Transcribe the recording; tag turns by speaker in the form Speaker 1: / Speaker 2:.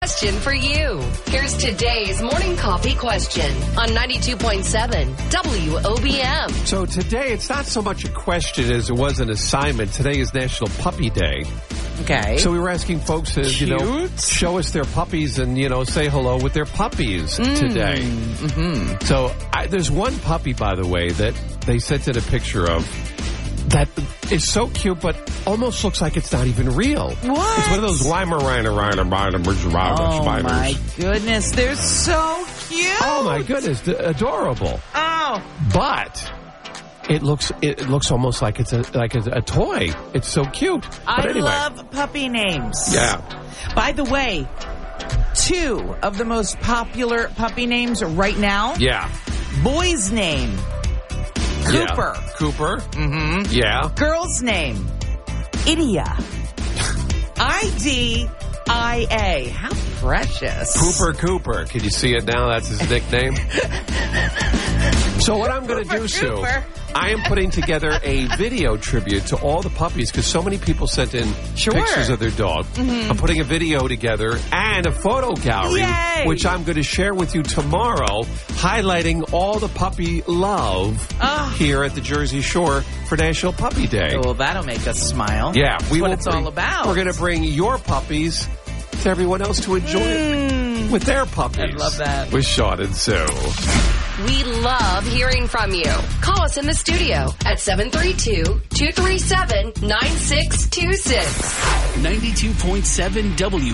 Speaker 1: question for you. Here's today's morning coffee question on 92.7 WOBM.
Speaker 2: So today, it's not so much a question as it was an assignment. Today is National Puppy Day.
Speaker 3: Okay.
Speaker 2: So we were asking folks to, you know,
Speaker 3: Eh? Cute.
Speaker 2: show us their puppies and, you know, say hello with their puppies
Speaker 3: Mm.
Speaker 2: today.
Speaker 3: Mm-hmm.
Speaker 2: So I, there's one puppy, by the way, that they sent in a picture of that is so cute, but almost looks like it's not even real.
Speaker 3: What?
Speaker 2: It's one of those Lima Rhino Rhino Rhino Rhino
Speaker 3: oh
Speaker 2: spiders.
Speaker 3: my goodness, they're so cute.
Speaker 2: Oh my goodness, d- adorable.
Speaker 3: Oh,
Speaker 2: But it looks it looks almost like it's a like a, a toy. It's so cute.
Speaker 3: I
Speaker 2: but anyway,
Speaker 3: love puppy names.
Speaker 2: yeah.
Speaker 3: By the way, two of the most popular puppy names right now.
Speaker 2: Yeah.
Speaker 3: Boy's name,
Speaker 2: yeah.
Speaker 3: Cooper.
Speaker 2: Cooper. Mm-hmm. Yeah.
Speaker 3: Girl's name, Idia. I D I A. How precious.
Speaker 2: Cooper Cooper. Can you see it now? That's his nickname. so what I'm going to do,
Speaker 3: Cooper,
Speaker 2: Sue,
Speaker 3: Cooper.
Speaker 2: I am putting together a video tribute to all the puppies because so many people sent in
Speaker 3: Sure. Mm-hmm.
Speaker 2: pictures of their dog. I'm putting a video together and a photo gallery,
Speaker 3: Yay.
Speaker 2: which I'm going to share with you tomorrow, highlighting all the puppy love
Speaker 3: Ah.
Speaker 2: here at the Jersey Shore for National Puppy Day.
Speaker 3: Well, that'll make us smile.
Speaker 2: Yeah,
Speaker 3: That's
Speaker 2: we
Speaker 3: what
Speaker 2: will
Speaker 3: it's
Speaker 2: bring-
Speaker 3: all about.
Speaker 2: We're going to bring your puppies to everyone else to enjoy it with their puppies.
Speaker 3: I Mm. love that.
Speaker 2: With Sean and Sue.
Speaker 1: We love hearing from you. Call us in the studio at 732-237-9626.
Speaker 4: 92.7 W.